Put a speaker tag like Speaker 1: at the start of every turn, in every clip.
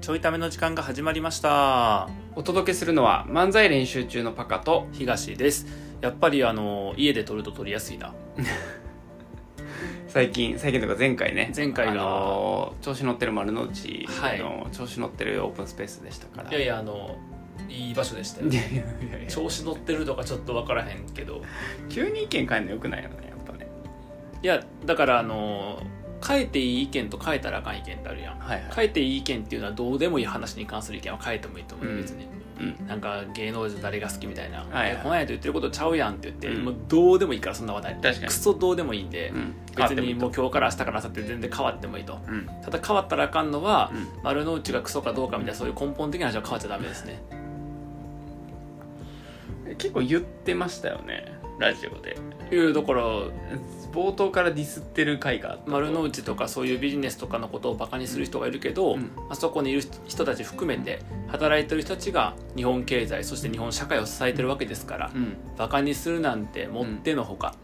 Speaker 1: ちょいための時間が始まりました
Speaker 2: お届けするのは漫才練習中のパカと
Speaker 1: 東ですやっぱりあの家で撮ると撮りやすいな
Speaker 2: 最近最近とか前回ね
Speaker 1: 前回が
Speaker 2: あのー調子乗ってる丸の内、
Speaker 1: はい
Speaker 2: あのー調子乗ってるオープンスペースでしたから
Speaker 1: いやいやあのいい場所でしたよ
Speaker 2: いやいやいやいや
Speaker 1: 調子乗ってるとかちょっと分からへんけど
Speaker 2: 急に意見変えるのよくないよねやっぱね
Speaker 1: いやだからあの変えていい意見と変えたらあかん意見ってあるやん
Speaker 2: はいはい
Speaker 1: 変えていい意見っていうのはどうでもいい話に関する意見は変えてもいいと思うよ
Speaker 2: うん
Speaker 1: 別に、
Speaker 2: うん
Speaker 1: なんか芸能人誰が好きみたいな「
Speaker 2: はいはい
Speaker 1: えこの間言ってることちゃうやん」って言って、
Speaker 2: うん
Speaker 1: もうどうでもいいからそんな話題
Speaker 2: 確かに
Speaker 1: クソどうでもいいんで、
Speaker 2: うん
Speaker 1: 別にもう
Speaker 2: う
Speaker 1: 今日から明日から明後日全然変わってもいいと
Speaker 2: うん
Speaker 1: ただ変わったらあかんのは、
Speaker 2: うん
Speaker 1: 丸の内がクソかどうかみたいなそういう根本的な話は変わっちゃダメですね
Speaker 2: 結構言ってましたよねラジオで
Speaker 1: いやだから
Speaker 2: 冒頭からディスってる回があった
Speaker 1: 丸の内とかそういうビジネスとかのことをバカにする人がいるけど、
Speaker 2: うん
Speaker 1: あそこにいる人たち含めて働いてる人たちが日本経済そして日本社会を支えてるわけですから、
Speaker 2: うん
Speaker 1: バカにするなんてもってのほか、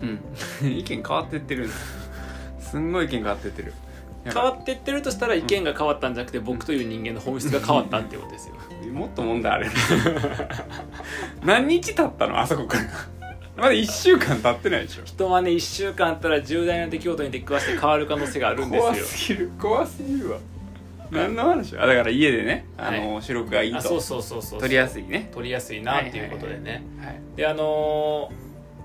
Speaker 2: うん 意見変わってってるすんごい意見変わってってるや
Speaker 1: 変
Speaker 2: ばい
Speaker 1: わってってるとしたら意見が変わったんじゃなくて僕という人間の本質が変わったっていうことですよ
Speaker 2: もっと問題ある 何日経ったのあそこからまだ1週間経ってないでしょ
Speaker 1: 人はね1週間あったら重大な出来事に出くわして変わる可能性があるんで
Speaker 2: 怖
Speaker 1: すよ
Speaker 2: すぎる怖すぎるわ何の話あだから家でねあの、
Speaker 1: は
Speaker 2: 収録がいい
Speaker 1: あ
Speaker 2: と
Speaker 1: そうそうそうそう
Speaker 2: 撮りやすいね
Speaker 1: 取りやすいなっていうことでね、
Speaker 2: はい
Speaker 1: であのー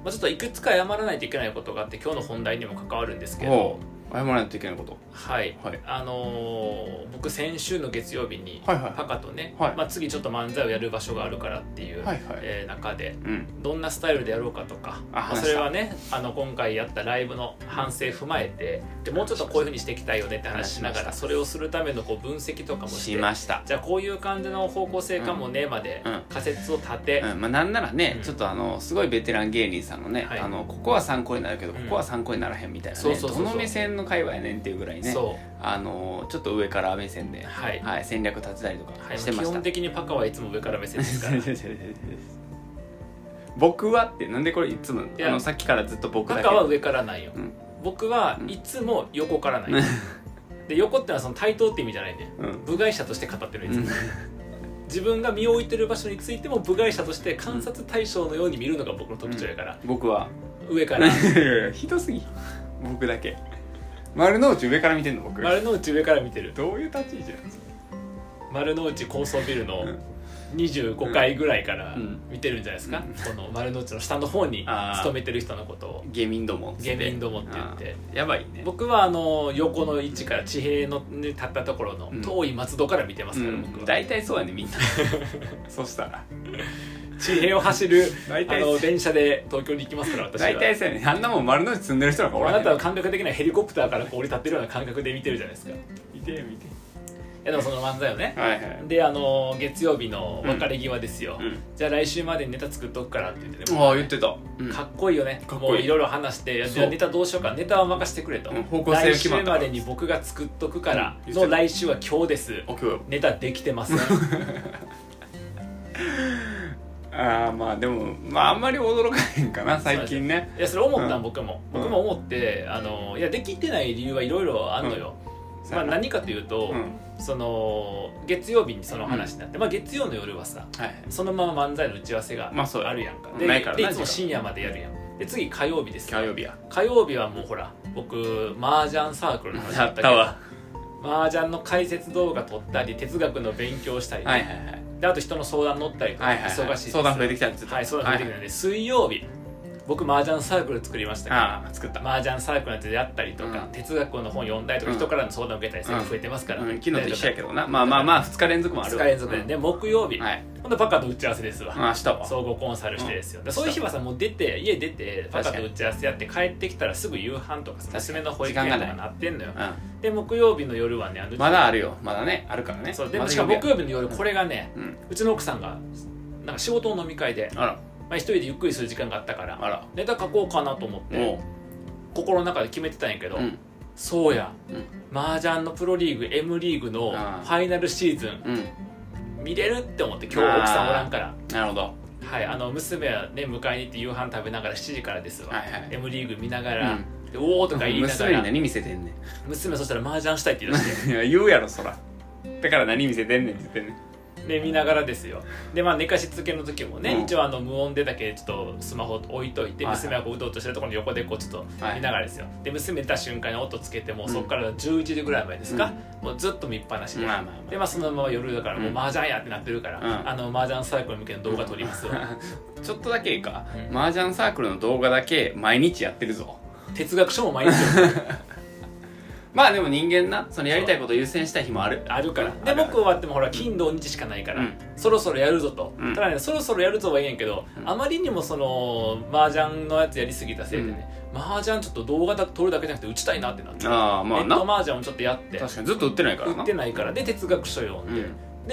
Speaker 1: まあ、ちょっといくつか謝らないといけないことがあって今日の本題にも関わるんですけ
Speaker 2: お
Speaker 1: ど
Speaker 2: う謝らないといけないこと
Speaker 1: はい、
Speaker 2: はい
Speaker 1: あのー僕先週の月曜日に
Speaker 2: はいはい
Speaker 1: パカとね、
Speaker 2: はい
Speaker 1: まあ、次ちょっと漫才をやる場所があるからっていう、
Speaker 2: はいはい
Speaker 1: えー中で
Speaker 2: うん
Speaker 1: どんなスタイルでやろうかとかま
Speaker 2: あ
Speaker 1: あ
Speaker 2: 話した
Speaker 1: それはねあの今回やったライブの反省踏まえてでもうちょっとこういうふうにしていきたいよねって話しなが
Speaker 2: 話しま
Speaker 1: ら
Speaker 2: し
Speaker 1: それをするためのこう分析とかもして
Speaker 2: しました
Speaker 1: じゃあこういう感じの方向性かもねまで
Speaker 2: うん
Speaker 1: 仮説を立て、
Speaker 2: うんまあ、なんならね、
Speaker 1: うん
Speaker 2: ちょっとあのすごいベテラン芸人さんのね、
Speaker 1: はい
Speaker 2: あのここは参考になるけど
Speaker 1: う
Speaker 2: こ
Speaker 1: ん
Speaker 2: こは参考にならへんみたいなね、
Speaker 1: そうそうそうそう
Speaker 2: どの目線の会話やねんっていうぐらいね
Speaker 1: そ
Speaker 2: あのちょっと上から目線
Speaker 1: う
Speaker 2: で、
Speaker 1: はい、
Speaker 2: はい、戦略立てたりとか
Speaker 1: はい、
Speaker 2: してま
Speaker 1: 基
Speaker 2: した、
Speaker 1: 本的にパカはいつも上から目線ですから
Speaker 2: 僕はってなんでこれいつも
Speaker 1: いや
Speaker 2: あのさっきからずっと 僕
Speaker 1: パ
Speaker 2: だ
Speaker 1: カは
Speaker 2: け
Speaker 1: 上からないよ、
Speaker 2: うん
Speaker 1: 僕はいつも横からない、で横ってのはその対等って意味じゃないね
Speaker 2: うん
Speaker 1: 部外者として語ってるいつ
Speaker 2: う
Speaker 1: も
Speaker 2: ん
Speaker 1: 自分が身を置いてる場所についても部外者として観察対象のように見るのが僕の特徴やから、
Speaker 2: 僕は
Speaker 1: 上から
Speaker 2: いやいやひどすぎ僕だけ丸の内上から見てんの僕
Speaker 1: 丸の内上から見てる
Speaker 2: どういう立ち位置なんですか
Speaker 1: 丸の内高層ビルの
Speaker 2: うん
Speaker 1: 25階ぐらいから
Speaker 2: うん
Speaker 1: 見てるんじゃないですか、この丸の内の下の方に
Speaker 2: あー
Speaker 1: 勤めてる人のことを
Speaker 2: 下民どもっつっ
Speaker 1: 下
Speaker 2: て
Speaker 1: 民どもって言って
Speaker 2: あーやばいね
Speaker 1: 僕はあの横の位置から地平のね立ったところの
Speaker 2: うん
Speaker 1: 遠い松戸から見てますから、僕
Speaker 2: うん
Speaker 1: は
Speaker 2: 大体そうやねみん なそしたら
Speaker 1: 地平を走る
Speaker 2: 大
Speaker 1: あ
Speaker 2: 体
Speaker 1: の電車で東京に行きますから私は
Speaker 2: 大体そうやねあんなもん丸の内住んでる人なんかお
Speaker 1: あ
Speaker 2: ら
Speaker 1: な
Speaker 2: へん
Speaker 1: たは感覚的にはヘリコプターからこう降り立ってるような感覚で見てるじゃないですかい
Speaker 2: 見て見て
Speaker 1: やでもその漫才をね
Speaker 2: はいはい
Speaker 1: であの月曜日の別れ際ですよ、じゃあ来週までにネタ作っとくからって言ってね
Speaker 2: ああ言ってた、うん
Speaker 1: かっこいいよね
Speaker 2: かっこいい
Speaker 1: もういろいろ話していやじゃあ
Speaker 2: そう
Speaker 1: ネタどうしようかネタは任せてくれと、
Speaker 2: うん方向性が
Speaker 1: 来
Speaker 2: 決
Speaker 1: 週
Speaker 2: まったか
Speaker 1: ま
Speaker 2: ら
Speaker 1: でに僕が作っとくから
Speaker 2: うん言って
Speaker 1: の
Speaker 2: た
Speaker 1: 来週は今日です
Speaker 2: あ今日
Speaker 1: ネタできて ません
Speaker 2: ああまあでもまああんまり驚かへんかな最近ね
Speaker 1: いやそれ思ったん、
Speaker 2: うん
Speaker 1: 僕も
Speaker 2: うん
Speaker 1: 僕も思ってあのいやできてない理由はいろいろあんのよ、
Speaker 2: うん
Speaker 1: まあ、何かというと、
Speaker 2: うん
Speaker 1: その月曜日にその話になって、まあ、月曜の夜はさ
Speaker 2: はいはい
Speaker 1: そのまま漫才の打ち合わせが
Speaker 2: まあそう
Speaker 1: あるやんか、で
Speaker 2: ないから
Speaker 1: でい
Speaker 2: ない
Speaker 1: つも
Speaker 2: 時間
Speaker 1: 深夜までやるやんで次火曜日ですよ
Speaker 2: 火曜日や
Speaker 1: 火曜日はもうほら僕麻雀サークルの話だ
Speaker 2: や
Speaker 1: っ
Speaker 2: った
Speaker 1: け
Speaker 2: た
Speaker 1: ど
Speaker 2: わ
Speaker 1: 麻雀の解説動画撮ったり哲学の勉強したり、
Speaker 2: はいはいはい
Speaker 1: であと人の相談乗ったりとか
Speaker 2: はいはい、はい、
Speaker 1: 忙しいです
Speaker 2: 相談増えてきたやつ
Speaker 1: はい相談増えてくるので、水曜日僕麻雀サークル作りましたから
Speaker 2: ああ作った、
Speaker 1: 麻雀サークルのやつであったりとか、
Speaker 2: うん
Speaker 1: 哲学の本読んだりとか、
Speaker 2: うん
Speaker 1: 人からの相談を受けたりするのが増えてますから、
Speaker 2: うん、昨日と一緒やけどなまあまあまあ2日連続もある
Speaker 1: 2
Speaker 2: わ
Speaker 1: 日連続で、で木曜日、
Speaker 2: うんはい
Speaker 1: ほんとパカと打ち合わせですわ、
Speaker 2: まあ明日は
Speaker 1: 総合コンサルしてですよ、でそういう日はさもう出て家出てパカと打ち合わせやって帰ってきたらすぐ夕飯とかさ
Speaker 2: 確かに
Speaker 1: 娘の保育園と
Speaker 2: 時間
Speaker 1: か
Speaker 2: がな
Speaker 1: なってんのよ
Speaker 2: う
Speaker 1: で木曜日の夜はねあの
Speaker 2: ん、まだあるよまだねあるからね
Speaker 1: そうで
Speaker 2: ま
Speaker 1: も
Speaker 2: だ
Speaker 1: しかも木曜日の夜
Speaker 2: うん
Speaker 1: これがね、
Speaker 2: うん
Speaker 1: うちの奥さんがなんか仕事の飲み会で、ま
Speaker 2: あら
Speaker 1: あ、一人でゆっくりする時間があったから
Speaker 2: あら
Speaker 1: ネタ書こうかなと思って
Speaker 2: も
Speaker 1: 心の中で決めてたんやけど、
Speaker 2: う、うん、
Speaker 1: そうや、
Speaker 2: うん
Speaker 1: 麻雀のプロリーグ M リーグのフ
Speaker 2: あー
Speaker 1: ァイナルシーズン
Speaker 2: うん、
Speaker 1: 見れるって思って今日奥さんおらんから
Speaker 2: なるほど
Speaker 1: はいあの娘はね迎えに行って夕飯食べながら7時からですわ、
Speaker 2: はいはい
Speaker 1: M リーグ見ながら、
Speaker 2: う
Speaker 1: でおおとか言いなが
Speaker 2: 娘に
Speaker 1: ら
Speaker 2: 何見せてんねん
Speaker 1: 娘そしたら麻雀したいって言い出して
Speaker 2: いや言うやろそらだから何見せてんねんって言ってんねん
Speaker 1: で見ながらですよでまあ寝かしつけの時もね、
Speaker 2: うん
Speaker 1: 一応あの無音でだけちょっとスマホ置いといて、
Speaker 2: はいはい
Speaker 1: 娘がこううとうとしてるところの横でこうちょっと
Speaker 2: はい
Speaker 1: 見ながらですよで娘出た瞬間に音つけてもうそこから11時ぐらい前ですか、もうずっと見っぱなしで、
Speaker 2: まあまあまあ
Speaker 1: でまあそのまま夜だからもう麻雀やってなってるから、
Speaker 2: うん
Speaker 1: あの麻雀サークル向けの動画撮ります よ、
Speaker 2: ちょっとだけいいか、
Speaker 1: うん
Speaker 2: 麻雀サークルの動画だけ毎日やってるぞ
Speaker 1: 哲学書も毎日
Speaker 2: まあでも人間なそのやりたいこと優先したい日もある
Speaker 1: あるから
Speaker 2: うん
Speaker 1: で
Speaker 2: あるある
Speaker 1: 僕終わってもほら金土日しかないから、
Speaker 2: うん
Speaker 1: そろそろやるぞと、
Speaker 2: うん
Speaker 1: ただねそろそろやるぞは言えんけど、
Speaker 2: うん
Speaker 1: あまりにもその麻雀のやつやりすぎたせいでね、麻雀ちょっと動画だ撮るだけじゃなくて打ちたいなってなって、
Speaker 2: ああまあ
Speaker 1: ネッ
Speaker 2: な
Speaker 1: ト麻雀をちょっとやって
Speaker 2: 確かにずっと売ってないから
Speaker 1: 打
Speaker 2: な
Speaker 1: ってないからで哲学書読んで、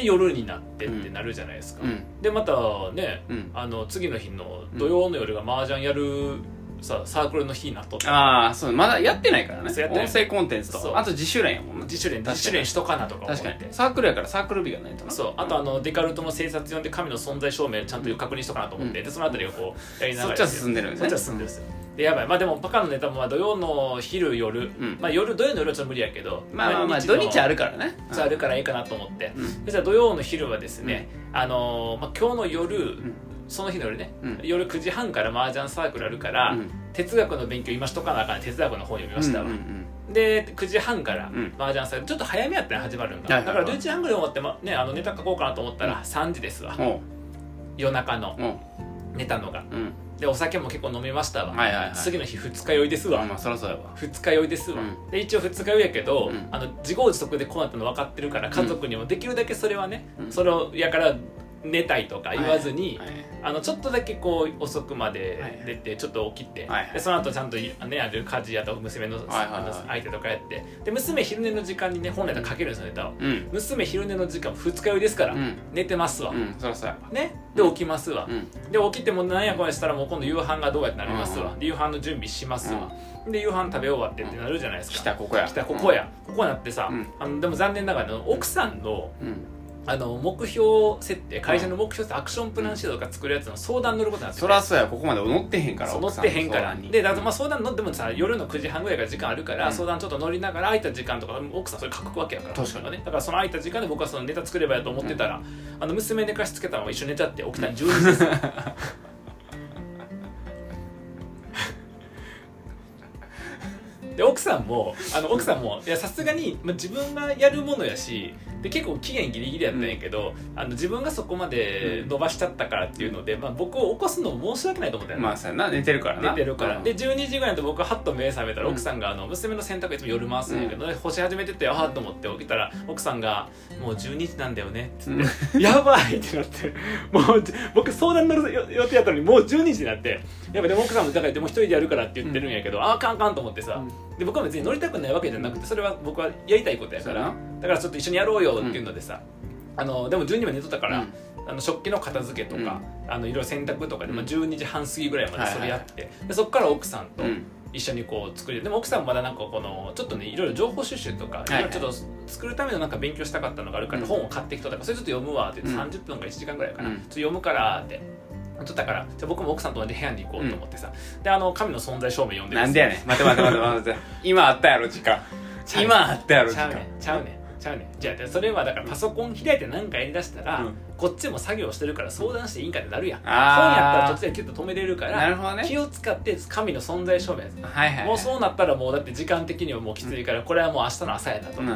Speaker 1: で夜になってってなるじゃないですか、
Speaker 2: うんうん
Speaker 1: でまたね
Speaker 2: うん
Speaker 1: あの次の日の土曜の夜が麻雀やるさサークルの日になっとった
Speaker 2: ああそうまだやってないからね
Speaker 1: そうやってない
Speaker 2: 音声コンテンツ
Speaker 1: そう
Speaker 2: とあと自主練やもんな
Speaker 1: 自主練
Speaker 2: 確かに
Speaker 1: 自主練しとかなとか思って
Speaker 2: 確かにサークルやからサークル日がないとな
Speaker 1: そうあとあのデカルトの生殺読んで神の存在証明ちゃんと確認しとかなと思って、
Speaker 2: うん
Speaker 1: でそのあたりをこうやりなが
Speaker 2: そっ
Speaker 1: ら
Speaker 2: ちは進んでるんです
Speaker 1: そっ
Speaker 2: ね
Speaker 1: ちは進んでるんですよでやばいまあでもバカのネタもまあ土曜の昼夜、
Speaker 2: ん
Speaker 1: まあ夜土曜の夜はちょっと無理やけど
Speaker 2: まあまあまあ土日あ
Speaker 1: る
Speaker 2: るからね
Speaker 1: あるからいいかなと思って、
Speaker 2: うん
Speaker 1: でじゃあ土曜の昼はですね、あのーまあ、今日の夜、
Speaker 2: ん
Speaker 1: その日の夜ね、
Speaker 2: うん
Speaker 1: 夜9時半から麻雀サークルあるから、
Speaker 2: うん
Speaker 1: 哲学の勉強今しとかなあかん哲学の本読みましたわ、
Speaker 2: うんうん
Speaker 1: で9時半から
Speaker 2: うん
Speaker 1: 麻雀サークルちょっと早めやったら始まるんか、
Speaker 2: はいはいは
Speaker 1: だ
Speaker 2: い
Speaker 1: から11時半ぐらい終わって、まね、あのネタ書こうかなと思ったら3時ですわ、
Speaker 2: うんおう
Speaker 1: 夜中の
Speaker 2: おう
Speaker 1: 寝たのが
Speaker 2: うん
Speaker 1: でお酒も結構飲みましたわ、
Speaker 2: はいはいはい
Speaker 1: 次の日二日酔いですわ、
Speaker 2: まあそらそうやわ
Speaker 1: 二日酔いですわ、
Speaker 2: うん
Speaker 1: で一応二日酔いやけど、
Speaker 2: うん
Speaker 1: あの自業自得でこうなったの分かってるから家族にもできるだけそれはね、
Speaker 2: うん
Speaker 1: それをやから寝たいとか言わずに、
Speaker 2: はいはい
Speaker 1: あのちょっとだけこう遅くま
Speaker 2: はいは
Speaker 1: で
Speaker 2: い
Speaker 1: 出てちょっと起きて、
Speaker 2: はいはい
Speaker 1: でその後ちゃんとねある家事やと娘の,、
Speaker 2: はいはいはい
Speaker 1: あの相手とかやってで娘昼寝の時間にね本来だったらかけるんですよネタを
Speaker 2: うん
Speaker 1: 娘昼寝の時間二日酔いですから、
Speaker 2: うん
Speaker 1: 寝てますわ、
Speaker 2: うんそらそうや
Speaker 1: ねで起きますわ、
Speaker 2: わうん
Speaker 1: で起きてもなんやこれしたらもう今度夕飯がどうやってなりますわ、
Speaker 2: うん
Speaker 1: で夕飯の準備しますわ、で夕飯食べ終わってってなるじゃないですか
Speaker 2: 来たここや
Speaker 1: 来たここや、ここなってさ、
Speaker 2: うん
Speaker 1: あのでも残念ながらあの奥さんの
Speaker 2: うんうん
Speaker 1: あの目標設定会社の目標設定アクションプラン指導とか作るやつの相談乗ることになってて
Speaker 2: そらそうやここまで乗ってへんから
Speaker 1: そう乗ってへんからで
Speaker 2: で
Speaker 1: だとまあ相談乗ってもさ夜の9時半ぐらいから時間あるから、
Speaker 2: うん
Speaker 1: 相談ちょっと乗りながら空いた時間とか奥さんそれ書くわけやから
Speaker 2: 確かに
Speaker 1: ねだからその空いた時間で僕はそのネタ作ればやと思ってたら、あの娘寝かしつけたまま一緒に寝ちゃって起きたら12時です よで奥さんもあの奥さんもいやさすがに、まあ、自分がやるものやしで結構期限ギリギリやったんやけど、あの自分がそこまで伸ばしちゃったからっていうので、まあ、僕を起こすのも申し訳ないと思ったよね、
Speaker 2: まあさな寝てるから
Speaker 1: 出
Speaker 2: な
Speaker 1: てるから、
Speaker 2: うん
Speaker 1: で12時ぐらいだと僕ははっと目覚めたら、
Speaker 2: うん
Speaker 1: 奥さんがあの娘の洗濯いつも夜回すんだけど、干し始めててああと思って起きたら奥さんが「もう12時なんだよね」っつって「 やばい!」ってなってもうじ僕相談乗る予予定やったのにもう12時になってやっぱでも奥さんもだからでも一人でやるからって言ってるんやけど、ああかんあかんと思ってさ、で僕は別に乗りたくないわけじゃなくてそれは僕はやりたいことやか
Speaker 2: そうや
Speaker 1: らだからちょっと一緒にやろうよっていうのでさ、あのでも12時まで寝とったから、
Speaker 2: うん
Speaker 1: あの食器の片付けとか、あのいろいろ洗濯とかで、まあ、12時半過ぎぐらいまでそれやって、でそこから奥さんと
Speaker 2: うん
Speaker 1: 一緒にこう作りでも奥さんまだなんかこのちょっとねいろいろ情報収集とか、
Speaker 2: いはい
Speaker 1: いろいろちょっと作るためのなんか勉強したかったのがあるから、
Speaker 2: うん
Speaker 1: 本を買ってきとったからそれちょっと読むわって言って、
Speaker 2: うん
Speaker 1: 30分か1時間ぐらいかな、
Speaker 2: うん
Speaker 1: ちょっと読むからって。ちょっとだからじゃあ僕も奥さんと同じ部屋に行こうと思ってさ、であの神の存在証明読んでる
Speaker 2: なんでやねん待て待て待て待て待て今あったやろ時間
Speaker 1: ちゃう
Speaker 2: 今あったやろ時
Speaker 1: ちゃうねん
Speaker 2: 間
Speaker 1: ちゃうねんちゃうねんじゃあそれはだからパソコン開いて何かやりだしたら、
Speaker 2: うん
Speaker 1: こっちも作業してるから相談していいんかってなるやん本やったら
Speaker 2: あー
Speaker 1: 突然キュッと止めれるから
Speaker 2: なるほどね
Speaker 1: 気を使って神の存在証明
Speaker 2: はいはい
Speaker 1: もうそうなったらもうだって時間的にはもうきついから、これはもう明日の朝やなと、
Speaker 2: うん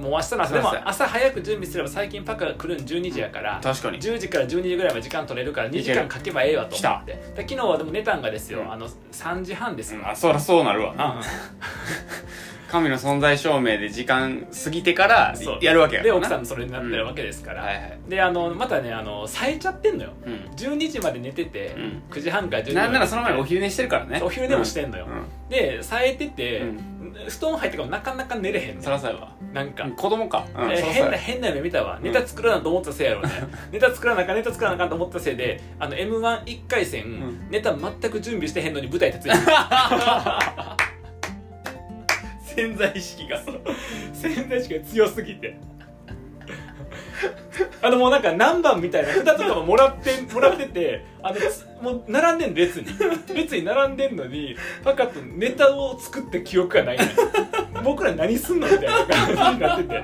Speaker 1: もう明日の朝で
Speaker 2: そうそう
Speaker 1: も朝早く準備すれば最近パカが来るん12時やから、
Speaker 2: 確かに
Speaker 1: 10時から12時ぐらいまで時間取れるから2時間かけばええわと思ってで昨日はでも寝たんがですよ、
Speaker 2: うん
Speaker 1: あの3時半ですよ、
Speaker 2: うんあそらそうなるわな
Speaker 1: うん
Speaker 2: 神の存在証明で時間過ぎてから
Speaker 1: そう
Speaker 2: やるわけやか
Speaker 1: で
Speaker 2: ら
Speaker 1: 奥
Speaker 2: な
Speaker 1: さんもそれになってるわけですから、
Speaker 2: はいはい
Speaker 1: であのまたねあの冴えちゃってんのよ
Speaker 2: うん
Speaker 1: 12時まで寝てて、
Speaker 2: うん
Speaker 1: 9時半から12時ま
Speaker 2: な
Speaker 1: で
Speaker 2: んならその前にお昼寝してるからね
Speaker 1: お昼寝もしてんのよ、
Speaker 2: うん
Speaker 1: で冴えてて、
Speaker 2: う
Speaker 1: 布団入ってからもなかなか寝れへん
Speaker 2: そ
Speaker 1: の
Speaker 2: らそうやわ
Speaker 1: なんか、
Speaker 2: 子供かうん
Speaker 1: えー
Speaker 2: そらそう
Speaker 1: 変
Speaker 2: や
Speaker 1: な変な夢見たわネタ作らなと思ったせいやろうねネタ作らなあかんネタ作らなあかんと思ったせいであの m 1 1回戦、
Speaker 2: ん
Speaker 1: ネタ全く準備してへんのに舞台立つ やん潜在意識がそう潜在意識が強すぎてあのもうなんか何番みたいな札とかももらって もらっててあのつもう並んでんの列 に列に並んでんのにパカとネタを作 って記憶がないのよ僕ら何すんのみたいな感じになってて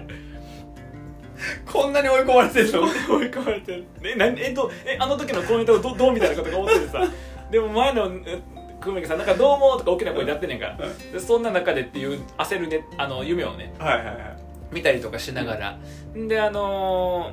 Speaker 2: こんなに追い込まれてるの
Speaker 1: 追い込まれてるえなんえどえあの時のこのネタをどどうみたいなことが思って てさでも前のえ久米木さんなんか「どうも」とか大きな声でやってんねんから、
Speaker 2: うん
Speaker 1: でそんな中でっていう焦るねあの夢をね
Speaker 2: はいはいはい
Speaker 1: 見たりとかしながら、であの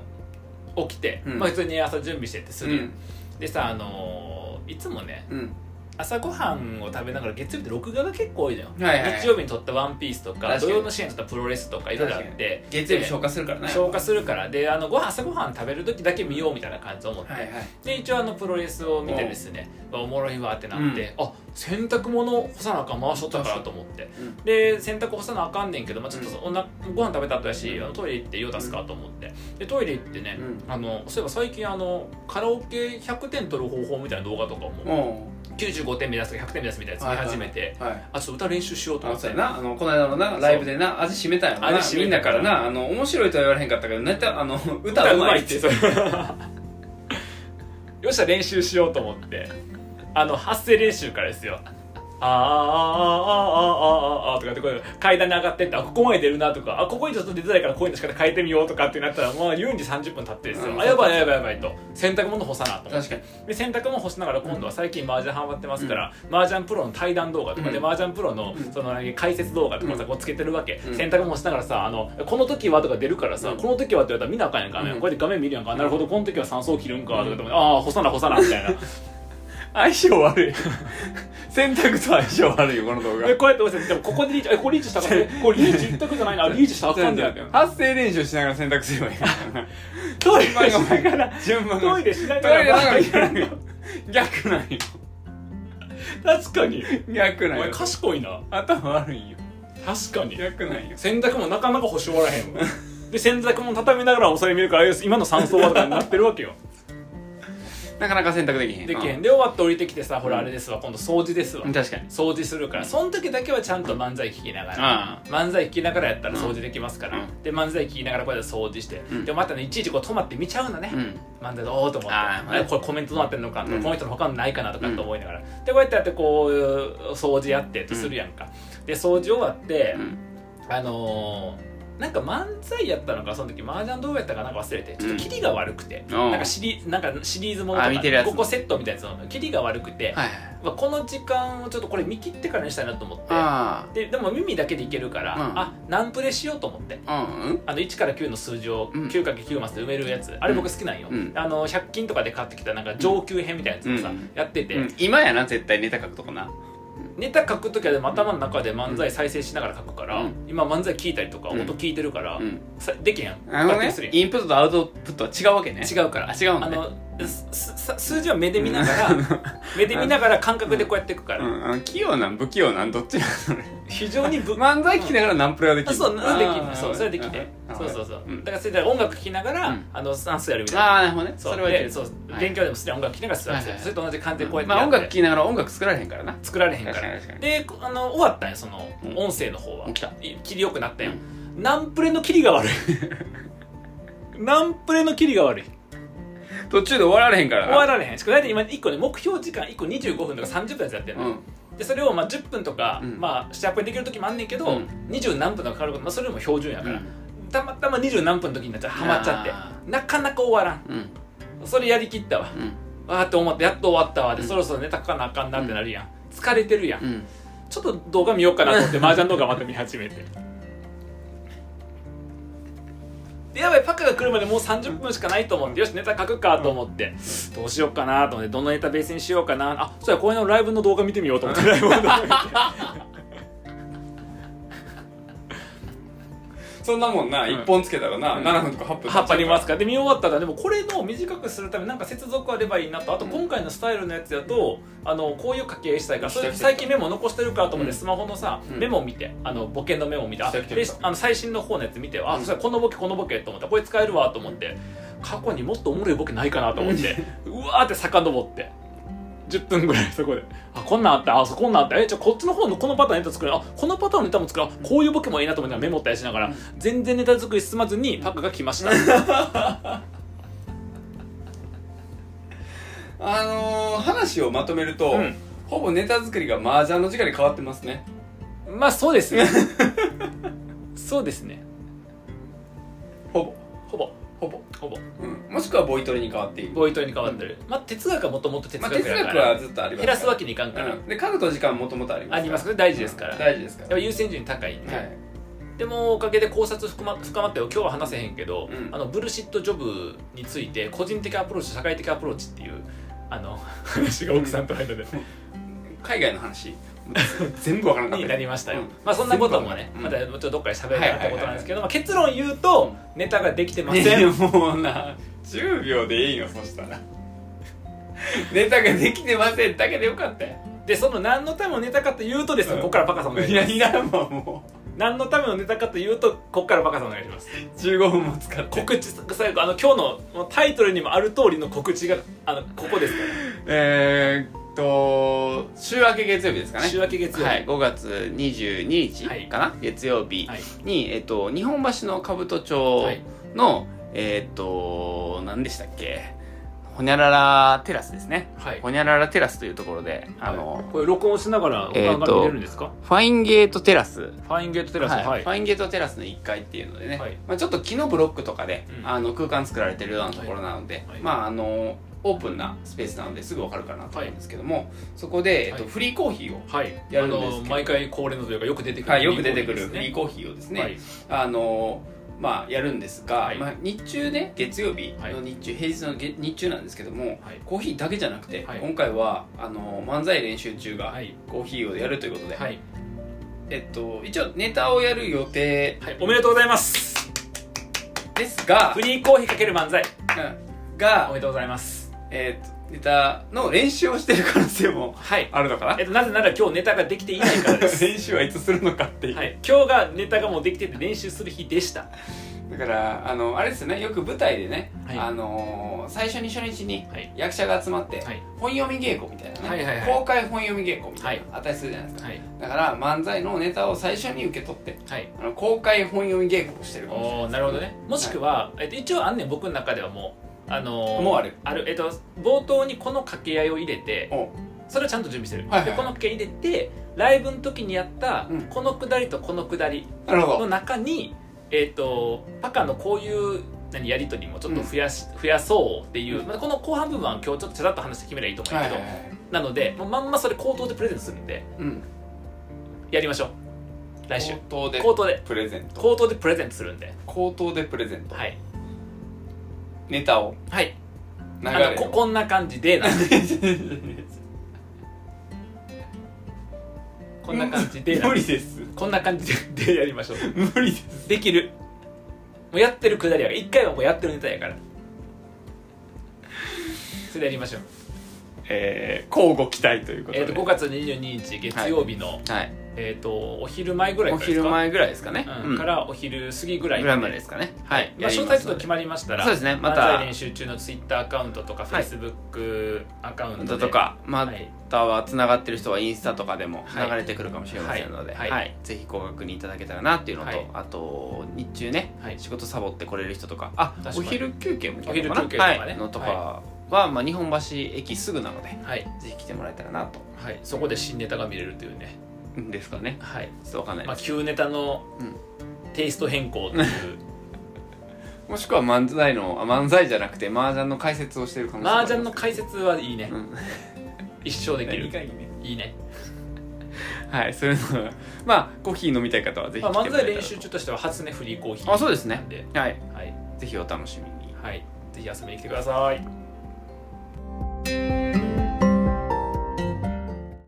Speaker 1: ー起きて、
Speaker 2: うん
Speaker 1: まあ、普通に朝準備してってす
Speaker 2: う
Speaker 1: る、
Speaker 2: ん
Speaker 1: でさあのーいつもね
Speaker 2: うん
Speaker 1: 朝ごはんを食べながら月曜日って録画が結構多いのよ、
Speaker 2: はいはいはい
Speaker 1: 日曜日に撮った「ワンピースとか
Speaker 2: 確か
Speaker 1: 土
Speaker 2: に
Speaker 1: 曜の試合に撮ったプロレスとかいろいろあって
Speaker 2: 月曜日
Speaker 1: で
Speaker 2: 消化するからね
Speaker 1: 消化するからであのご飯朝ごはん食べる時だけ見ようみたいな感じで思って、
Speaker 2: はいはい
Speaker 1: で一応あのプロレスを見てですねわおもろいわってなって、あ洗濯物干さなあかん回しとったからと思って
Speaker 2: うん
Speaker 1: で洗濯干さなあかんねんけど、まあ、ちょっとそおなご飯食べた後やしあのトイレ行って用出すかと思ってでトイレ行ってね、
Speaker 2: う
Speaker 1: あのそういえば最近あのカラオケ100点取る方法みたいな動画とかも
Speaker 2: も
Speaker 1: 95点目指すとか100点目指すみたいなやつ見始めて、
Speaker 2: うはい
Speaker 1: あちょっと歌練習しようと
Speaker 2: あ
Speaker 1: 思っ
Speaker 2: のそう
Speaker 1: て
Speaker 2: やなあのこの間のなライブでな味しめたんやろな
Speaker 1: 味しめ
Speaker 2: みん
Speaker 1: た
Speaker 2: なからなあの面白いとは言われへんかったけどネタあの歌うまいって
Speaker 1: それ よっしゃ練習しようと思ってあの発声練習からですよあーあーあーあーあーあーあーとかってこう階段に上がってってあここまで出るなとかあここにちょっと出づらいからこういうの仕方変えてみようとかってなったらまあ優に30分経ってですよ、
Speaker 2: うん
Speaker 1: あやばいやばいやばいと洗濯物干さなと思って
Speaker 2: 確かに
Speaker 1: で洗濯物干しながら今度は最近麻雀ハマってますから、麻雀プロの対談動画とかで、
Speaker 2: うん
Speaker 1: 麻雀プロの
Speaker 2: うん
Speaker 1: その何解説動画とかさ、
Speaker 2: うん
Speaker 1: こうつけてるわけ、
Speaker 2: うん
Speaker 1: 洗濯物干しながらさあの「この時は」とか出るからさ「
Speaker 2: うん
Speaker 1: この時は」って言われたら見なあかんやんか、ね
Speaker 2: うん
Speaker 1: こうやって画面見るやんか、なるほどこの時は酸素を切るんかとかって思って、ああ干さな干さなみたいな
Speaker 2: 相性悪い洗濯と相性悪いよこの動画
Speaker 1: でこうやって押してでもここでリーチえこれリーチしたらあ かんねこれリーチ言ったくじゃないなあリーチしたらあかんねやん
Speaker 2: 発声練習しながら洗濯すればいい
Speaker 1: トイレしながら
Speaker 2: 順番が
Speaker 1: トイレしな
Speaker 2: ト
Speaker 1: が
Speaker 2: イレ
Speaker 1: ら
Speaker 2: なんか見るよ逆なんよ
Speaker 1: 確かに
Speaker 2: 逆
Speaker 1: お
Speaker 2: なん
Speaker 1: 前
Speaker 2: よ
Speaker 1: 賢いな
Speaker 2: 頭悪いんよ
Speaker 1: 確かに
Speaker 2: 逆なんよ
Speaker 1: 洗濯もなかなか干し終わらへんわ で洗濯も畳みながらおそれ見るからああいう今の酸素はとかになってるわけよ
Speaker 2: なかなか洗濯できへ ん
Speaker 1: できへ
Speaker 2: うん
Speaker 1: で終わって降りてきてさほらあれですわ今度掃除ですわ
Speaker 2: ん確かに
Speaker 1: 掃除するからその時だけはちゃんと漫才聞きながら
Speaker 2: あ
Speaker 1: 漫才聞きながらやったら掃除できますから、
Speaker 2: うん
Speaker 1: で漫才聞きながらこうやって掃除して、
Speaker 2: うん
Speaker 1: でまたねいちいちこう止まって見ちゃうのね
Speaker 2: あ、うん
Speaker 1: 漫才でおおと思って
Speaker 2: あーまあね
Speaker 1: これコメントどうなってんのかとか、
Speaker 2: うん
Speaker 1: この人の他のないかなとかと思いながら、でこうやってやってこう掃除やってとするやんか、で掃除終わって、
Speaker 2: うん
Speaker 1: あのーなんか漫才やったのかその時麻雀どうやったかなんか忘れてちょっとキリが悪くて、
Speaker 2: うん
Speaker 1: なんかシリなんかシリーズものと
Speaker 2: あ見
Speaker 1: か
Speaker 2: てるやつ
Speaker 1: ここセットみたいなやつのキリが悪くて、
Speaker 2: はいはい
Speaker 1: まあこの時間をちょっとこれ見切ってからにしたいなと思っ
Speaker 2: あ
Speaker 1: てででも耳だけでいけるから、
Speaker 2: うん
Speaker 1: あナンプレしようと思って。
Speaker 2: あうん
Speaker 1: あの1から9の数字を
Speaker 2: うん
Speaker 1: 9×9 マスで埋めるやつ、あれ僕好きなんよ、
Speaker 2: うん
Speaker 1: あの100均とかで買ってきたなんか上級編みたいなやつをさ、
Speaker 2: うん
Speaker 1: やってて、
Speaker 2: うん今やな絶対ネタ書くとこな
Speaker 1: ネタ書く時はでも頭の中で漫才再生しながら書くから、
Speaker 2: うん
Speaker 1: 今漫才聞いたりとか
Speaker 2: うん
Speaker 1: 音聞いてるから、
Speaker 2: うん
Speaker 1: さできへん
Speaker 2: あの
Speaker 1: バッテリー
Speaker 2: ね
Speaker 1: するやん
Speaker 2: インプットとアウトプットは違うわけね
Speaker 1: 違うから
Speaker 2: あ違う
Speaker 1: あ
Speaker 2: のね
Speaker 1: のすす数字は目で見ながら、 目で見ながら感覚でこうやっていくから、
Speaker 2: うんうん器用なん不器用なんど っちなんそれ
Speaker 1: 非常にぶ
Speaker 2: 漫才聞きながらナンプレはでき
Speaker 1: あ
Speaker 2: る
Speaker 1: そうなできるそうそれでき
Speaker 2: き
Speaker 1: てそうそうそう、
Speaker 2: うん
Speaker 1: だからそれで音楽聴きながら、
Speaker 2: うん
Speaker 1: あの算数やるみたいな
Speaker 2: ああなるほどね
Speaker 1: そう
Speaker 2: それはいけ
Speaker 1: で
Speaker 2: る
Speaker 1: そう
Speaker 2: はい
Speaker 1: 勉強でもすでに音楽聴きながら算数、
Speaker 2: はいはいはい
Speaker 1: それと同じ感じでこうやって
Speaker 2: まあ
Speaker 1: や
Speaker 2: 音
Speaker 1: って、
Speaker 2: 楽聴きながら音楽作られへんからな
Speaker 1: 作られへんから
Speaker 2: 確かに確かに
Speaker 1: でこあの終わったんよその
Speaker 2: うん
Speaker 1: 音声の方は、
Speaker 2: 来た
Speaker 1: 切りよくなったよ、ナンプレの切りが 悪いナンプレの切りが悪い
Speaker 2: 途中で終わられへんから
Speaker 1: 終
Speaker 2: な
Speaker 1: わられへんしかも大体今1個ね目標時間1個25分とか30分やつやってるの、
Speaker 2: うん
Speaker 1: でそれをまあ10分とか、
Speaker 2: うん
Speaker 1: まあ7、8分できる時もあんねんけど、
Speaker 2: うん
Speaker 1: 20何分とかかかること、まあ、それも標準やから、
Speaker 2: うん
Speaker 1: たまたま20何分の時になっちゃうハマっちゃ
Speaker 2: あ
Speaker 1: ってなかなか終わらん
Speaker 2: うん
Speaker 1: それやりきったわ
Speaker 2: うん
Speaker 1: わーって思ってやっと終わったわで、
Speaker 2: うん
Speaker 1: そろそろネタ書かなあかんなってなるやん疲れてるやん、
Speaker 2: うん
Speaker 1: ちょっと動画見ようかなと 思って麻雀動画また見始めてでやばいパカが来るまでもう30分しかないと思ってよしネタ書くかと思ってどうしようかなと思ってどのネタベースにしようかなあそうやこれのライブの動画見てみようと思 ってライブの動画見て
Speaker 2: そんなもんな
Speaker 1: うん
Speaker 2: 一本つけたらな
Speaker 1: うん
Speaker 2: 7分とか8分
Speaker 1: 葉っぱりますかで見終わったらでもこれの短くするためなんか接続あればいいなとあと今回のスタイルのやつだと、あのこういう家系したいからそれ
Speaker 2: した
Speaker 1: 最近メモ残してるからと思って、
Speaker 2: うん
Speaker 1: スマホのさ
Speaker 2: うん
Speaker 1: メモ見てあのボケのメモ見てあ
Speaker 2: した来て
Speaker 1: で
Speaker 2: た
Speaker 1: あの最新の方のやつ見てあ
Speaker 2: うん
Speaker 1: それこのボケこのボケと思ったこれ使えるわと思って過去にもっとおもろいボケないかなと思って うわーって遡って。10分ぐらいそこであこんなんあったあそこんなんあったえじゃあこっちの方のこのパターンネタ作るあこのパターンのネタも作るあこういうボケもいいなと思いながらメモったりしながら全然ネタ作り進まずにパックが来ました
Speaker 2: あのー話をまとめると
Speaker 1: うん
Speaker 2: ほぼネタ作りが麻雀の時間に変わってますね
Speaker 1: まあそう ですねそうですね
Speaker 2: ほぼ
Speaker 1: ほぼほぼ
Speaker 2: うん、もしくはボイトレに変わっている
Speaker 1: ボイトレに変わってる、まあ哲学はもともと哲
Speaker 2: まあ、
Speaker 1: 学
Speaker 2: 哲
Speaker 1: やか
Speaker 2: 学
Speaker 1: ら、
Speaker 2: はずっとあります
Speaker 1: 減らすわけにいかんから、
Speaker 2: うん、で数と時間もともとあります
Speaker 1: ありますから大事ですから、やっ
Speaker 2: 大事ですか
Speaker 1: ぱ
Speaker 2: ら
Speaker 1: 優先順位高いんで、
Speaker 2: はい
Speaker 1: でもおかげで考察深ま深まったよ今日は話せへんけど、
Speaker 2: うん
Speaker 1: あのブルシットジョブについて個人的アプローチ社会的アプローチっていうあ の話が奥さんと間で、
Speaker 2: 海外の話全部わからなかっ
Speaker 1: に
Speaker 2: た
Speaker 1: なりましたよ、
Speaker 2: うん
Speaker 1: まあそんなこともね、
Speaker 2: うん
Speaker 1: またもうちょっとどっかで喋るかなってことなんですけど、まあ結論言うとネタができてません、
Speaker 2: ねえもうな10秒でいいよそしたらネタができてませんだけでよかったよ
Speaker 1: でその何のためのネタかというとですね、
Speaker 2: うん
Speaker 1: ここからバカさんお願い
Speaker 2: い
Speaker 1: しま
Speaker 2: や
Speaker 1: す
Speaker 2: いらんわも
Speaker 1: 何のためのネタかというとここからバカさんお願いします
Speaker 2: う15分も使って
Speaker 1: 告知最後あの今日のもうタイトルにもある通りの告知があのここですか、
Speaker 2: えー、っと週明け月曜日ですからね
Speaker 1: 週明け月曜日、
Speaker 2: はい、5月22日かな、月曜日
Speaker 1: はい
Speaker 2: に、えっと、日本橋の兜町
Speaker 1: はい
Speaker 2: の、えっと何でしたっけほにゃららテラスですね
Speaker 1: はい
Speaker 2: ほにゃららテラスというところであの、
Speaker 1: これ録音しながらお
Speaker 2: えー
Speaker 1: 番
Speaker 2: と
Speaker 1: 組出るんですか、
Speaker 2: ファインゲートテラス
Speaker 1: ファインゲートテラス
Speaker 2: はい
Speaker 1: はい
Speaker 2: ファインゲートテラスの1階っていうのでね、
Speaker 1: はい
Speaker 2: まあ、ちょっと木のブロックとかで、
Speaker 1: うん
Speaker 2: あの空間作られてるようなところなので、
Speaker 1: はいはい
Speaker 2: まああのオープンなスペースなのですぐ分かるかなと思うんですけども、そこで、えっと
Speaker 1: はい
Speaker 2: フリーコーヒーを、
Speaker 1: はい
Speaker 2: や
Speaker 1: あ
Speaker 2: るんですけど
Speaker 1: の毎回恒例のというかよく出てくる、
Speaker 2: はい、よく出てくるフリー
Speaker 1: コ
Speaker 2: コーヒーをですね、
Speaker 1: はい
Speaker 2: あのまあやるんですが、
Speaker 1: はい
Speaker 2: まあ、日中ね月曜日
Speaker 1: はい
Speaker 2: の日中、平日のげ日中なんですけども、
Speaker 1: はい
Speaker 2: コーヒーだけじゃなくて、
Speaker 1: はい
Speaker 2: 今回はあの漫才練習中が
Speaker 1: はい
Speaker 2: コーヒーをやるということで、
Speaker 1: はい、
Speaker 2: えっと、一応ネタをやる予定
Speaker 1: はい、おめでとうございます
Speaker 2: ですが
Speaker 1: フ、リーコーヒーかける漫才
Speaker 2: うん
Speaker 1: おめ
Speaker 2: が、
Speaker 1: でとうございます
Speaker 2: えっと、ネタの練習をしてる可能性も
Speaker 1: はい
Speaker 2: あるのかな
Speaker 1: えっとなぜなら今日ネタができていないからです
Speaker 2: 練 習はいつするのかっていう、
Speaker 1: はい、今日がネタがもうできてて練習する日でした
Speaker 2: だからあのあれですよねよく舞台でね、
Speaker 1: はい
Speaker 2: あのー最初に初日に
Speaker 1: はい
Speaker 2: 役者が集まって、
Speaker 1: はい
Speaker 2: 本読み稽古みたいな
Speaker 1: はい
Speaker 2: ね、
Speaker 1: はいはい
Speaker 2: 公開本読み稽古みたいな、あったりするじゃないですか、
Speaker 1: はい
Speaker 2: だから漫才のネタを最初に受け取って
Speaker 1: はい
Speaker 2: あの公開本読み稽古をしてるかもしれない
Speaker 1: おーなるほどねもしくは、えっと、一応あんねん僕の中ではもうあのー
Speaker 2: もうある
Speaker 1: あるえっと冒頭にこの掛け合いを入れて
Speaker 2: お
Speaker 1: それをちゃんと準備してる、
Speaker 2: はいはい
Speaker 1: でこの掛け入れてライブの時にやった
Speaker 2: うん
Speaker 1: このくだりとこのくだり
Speaker 2: なるほ
Speaker 1: の
Speaker 2: ど
Speaker 1: 中に、えっとパカのこういう何やり取りもちょっと増やし、増やそうっていう、
Speaker 2: うん
Speaker 1: まあ、この後半部分は今日ちょっとちらっと話して決めればいいと思うん
Speaker 2: は
Speaker 1: や
Speaker 2: い
Speaker 1: け
Speaker 2: は
Speaker 1: ど、
Speaker 2: いはい
Speaker 1: なのでもうまんまそれ口頭でプレゼントするんで
Speaker 2: うん
Speaker 1: やりましょう来週
Speaker 2: 口頭で
Speaker 1: 口頭で
Speaker 2: プレゼント
Speaker 1: 口頭でプレゼントするんで
Speaker 2: 口頭でプレゼント
Speaker 1: はい
Speaker 2: ネタを
Speaker 1: はい
Speaker 2: 流
Speaker 1: あ
Speaker 2: れ
Speaker 1: の
Speaker 2: を
Speaker 1: ここんな感じでなんで こんな感じでなん
Speaker 2: 無
Speaker 1: で
Speaker 2: 理です
Speaker 1: こんな感じででやりましょう
Speaker 2: 無理です
Speaker 1: できるもうやってるくだりやから一回はもうやってるネタやからそれでやりましょう、
Speaker 2: えー、交互期待ということ
Speaker 1: え
Speaker 2: で、
Speaker 1: ー、と5月22日月曜日の、
Speaker 2: はい、
Speaker 1: えー、とお昼前ぐらい
Speaker 2: お
Speaker 1: からです
Speaker 2: 昼
Speaker 1: か
Speaker 2: 前ぐらいですかね、
Speaker 1: うんからお昼過ぎぐらい
Speaker 2: ぐらいまでですかねはい、
Speaker 1: まあ、詳細ちょっと決まりましたら
Speaker 2: そうですねまた
Speaker 1: 漫才練習中のツイッターアカウントとかフェ
Speaker 2: はい
Speaker 1: イスブックアカウント
Speaker 2: だ
Speaker 1: で
Speaker 2: とかま
Speaker 1: はい
Speaker 2: たはつながってる人はインスタとかでも
Speaker 1: はい
Speaker 2: 流れてくるかもしれませんので、
Speaker 1: はいはい
Speaker 2: はいぜひご確認いただけたらなっていうのと、
Speaker 1: はい
Speaker 2: あと日中ね
Speaker 1: はい
Speaker 2: 仕事サボってこれる人とかあ
Speaker 1: 確かに
Speaker 2: お昼休憩も行けるの
Speaker 1: お
Speaker 2: か
Speaker 1: 昼休憩と
Speaker 2: な
Speaker 1: かね
Speaker 2: はい、のとか
Speaker 1: は
Speaker 2: は、まあ、日本橋駅すぐなので
Speaker 1: はい、
Speaker 2: ぜひ来てもらえたらなと
Speaker 1: はい、そこで新ネタが見れるというね
Speaker 2: うんですかね
Speaker 1: はい
Speaker 2: ちょっとわかんない
Speaker 1: まあ、
Speaker 2: です、
Speaker 1: 旧ネタの
Speaker 2: うん
Speaker 1: テイスト変更という
Speaker 2: もしくは漫才のあ漫才じゃなくて麻雀の解説をしてる可能性もあ
Speaker 1: 麻
Speaker 2: りま
Speaker 1: 雀の
Speaker 2: す
Speaker 1: 解説はいいね
Speaker 2: うん
Speaker 1: 一生でき
Speaker 2: 何
Speaker 1: る
Speaker 2: がいいね
Speaker 1: いいね、
Speaker 2: はいそういうのが まあコーヒー飲みたい方はぜひ
Speaker 1: まあ、
Speaker 2: 来てもら
Speaker 1: 漫
Speaker 2: えたら
Speaker 1: 才練習中としては初ねフリーコーヒー
Speaker 2: あそうです
Speaker 1: な
Speaker 2: ね
Speaker 1: んで
Speaker 2: はい
Speaker 1: はい、
Speaker 2: ぜひお楽しみに
Speaker 1: はい、ぜひ遊びに来てください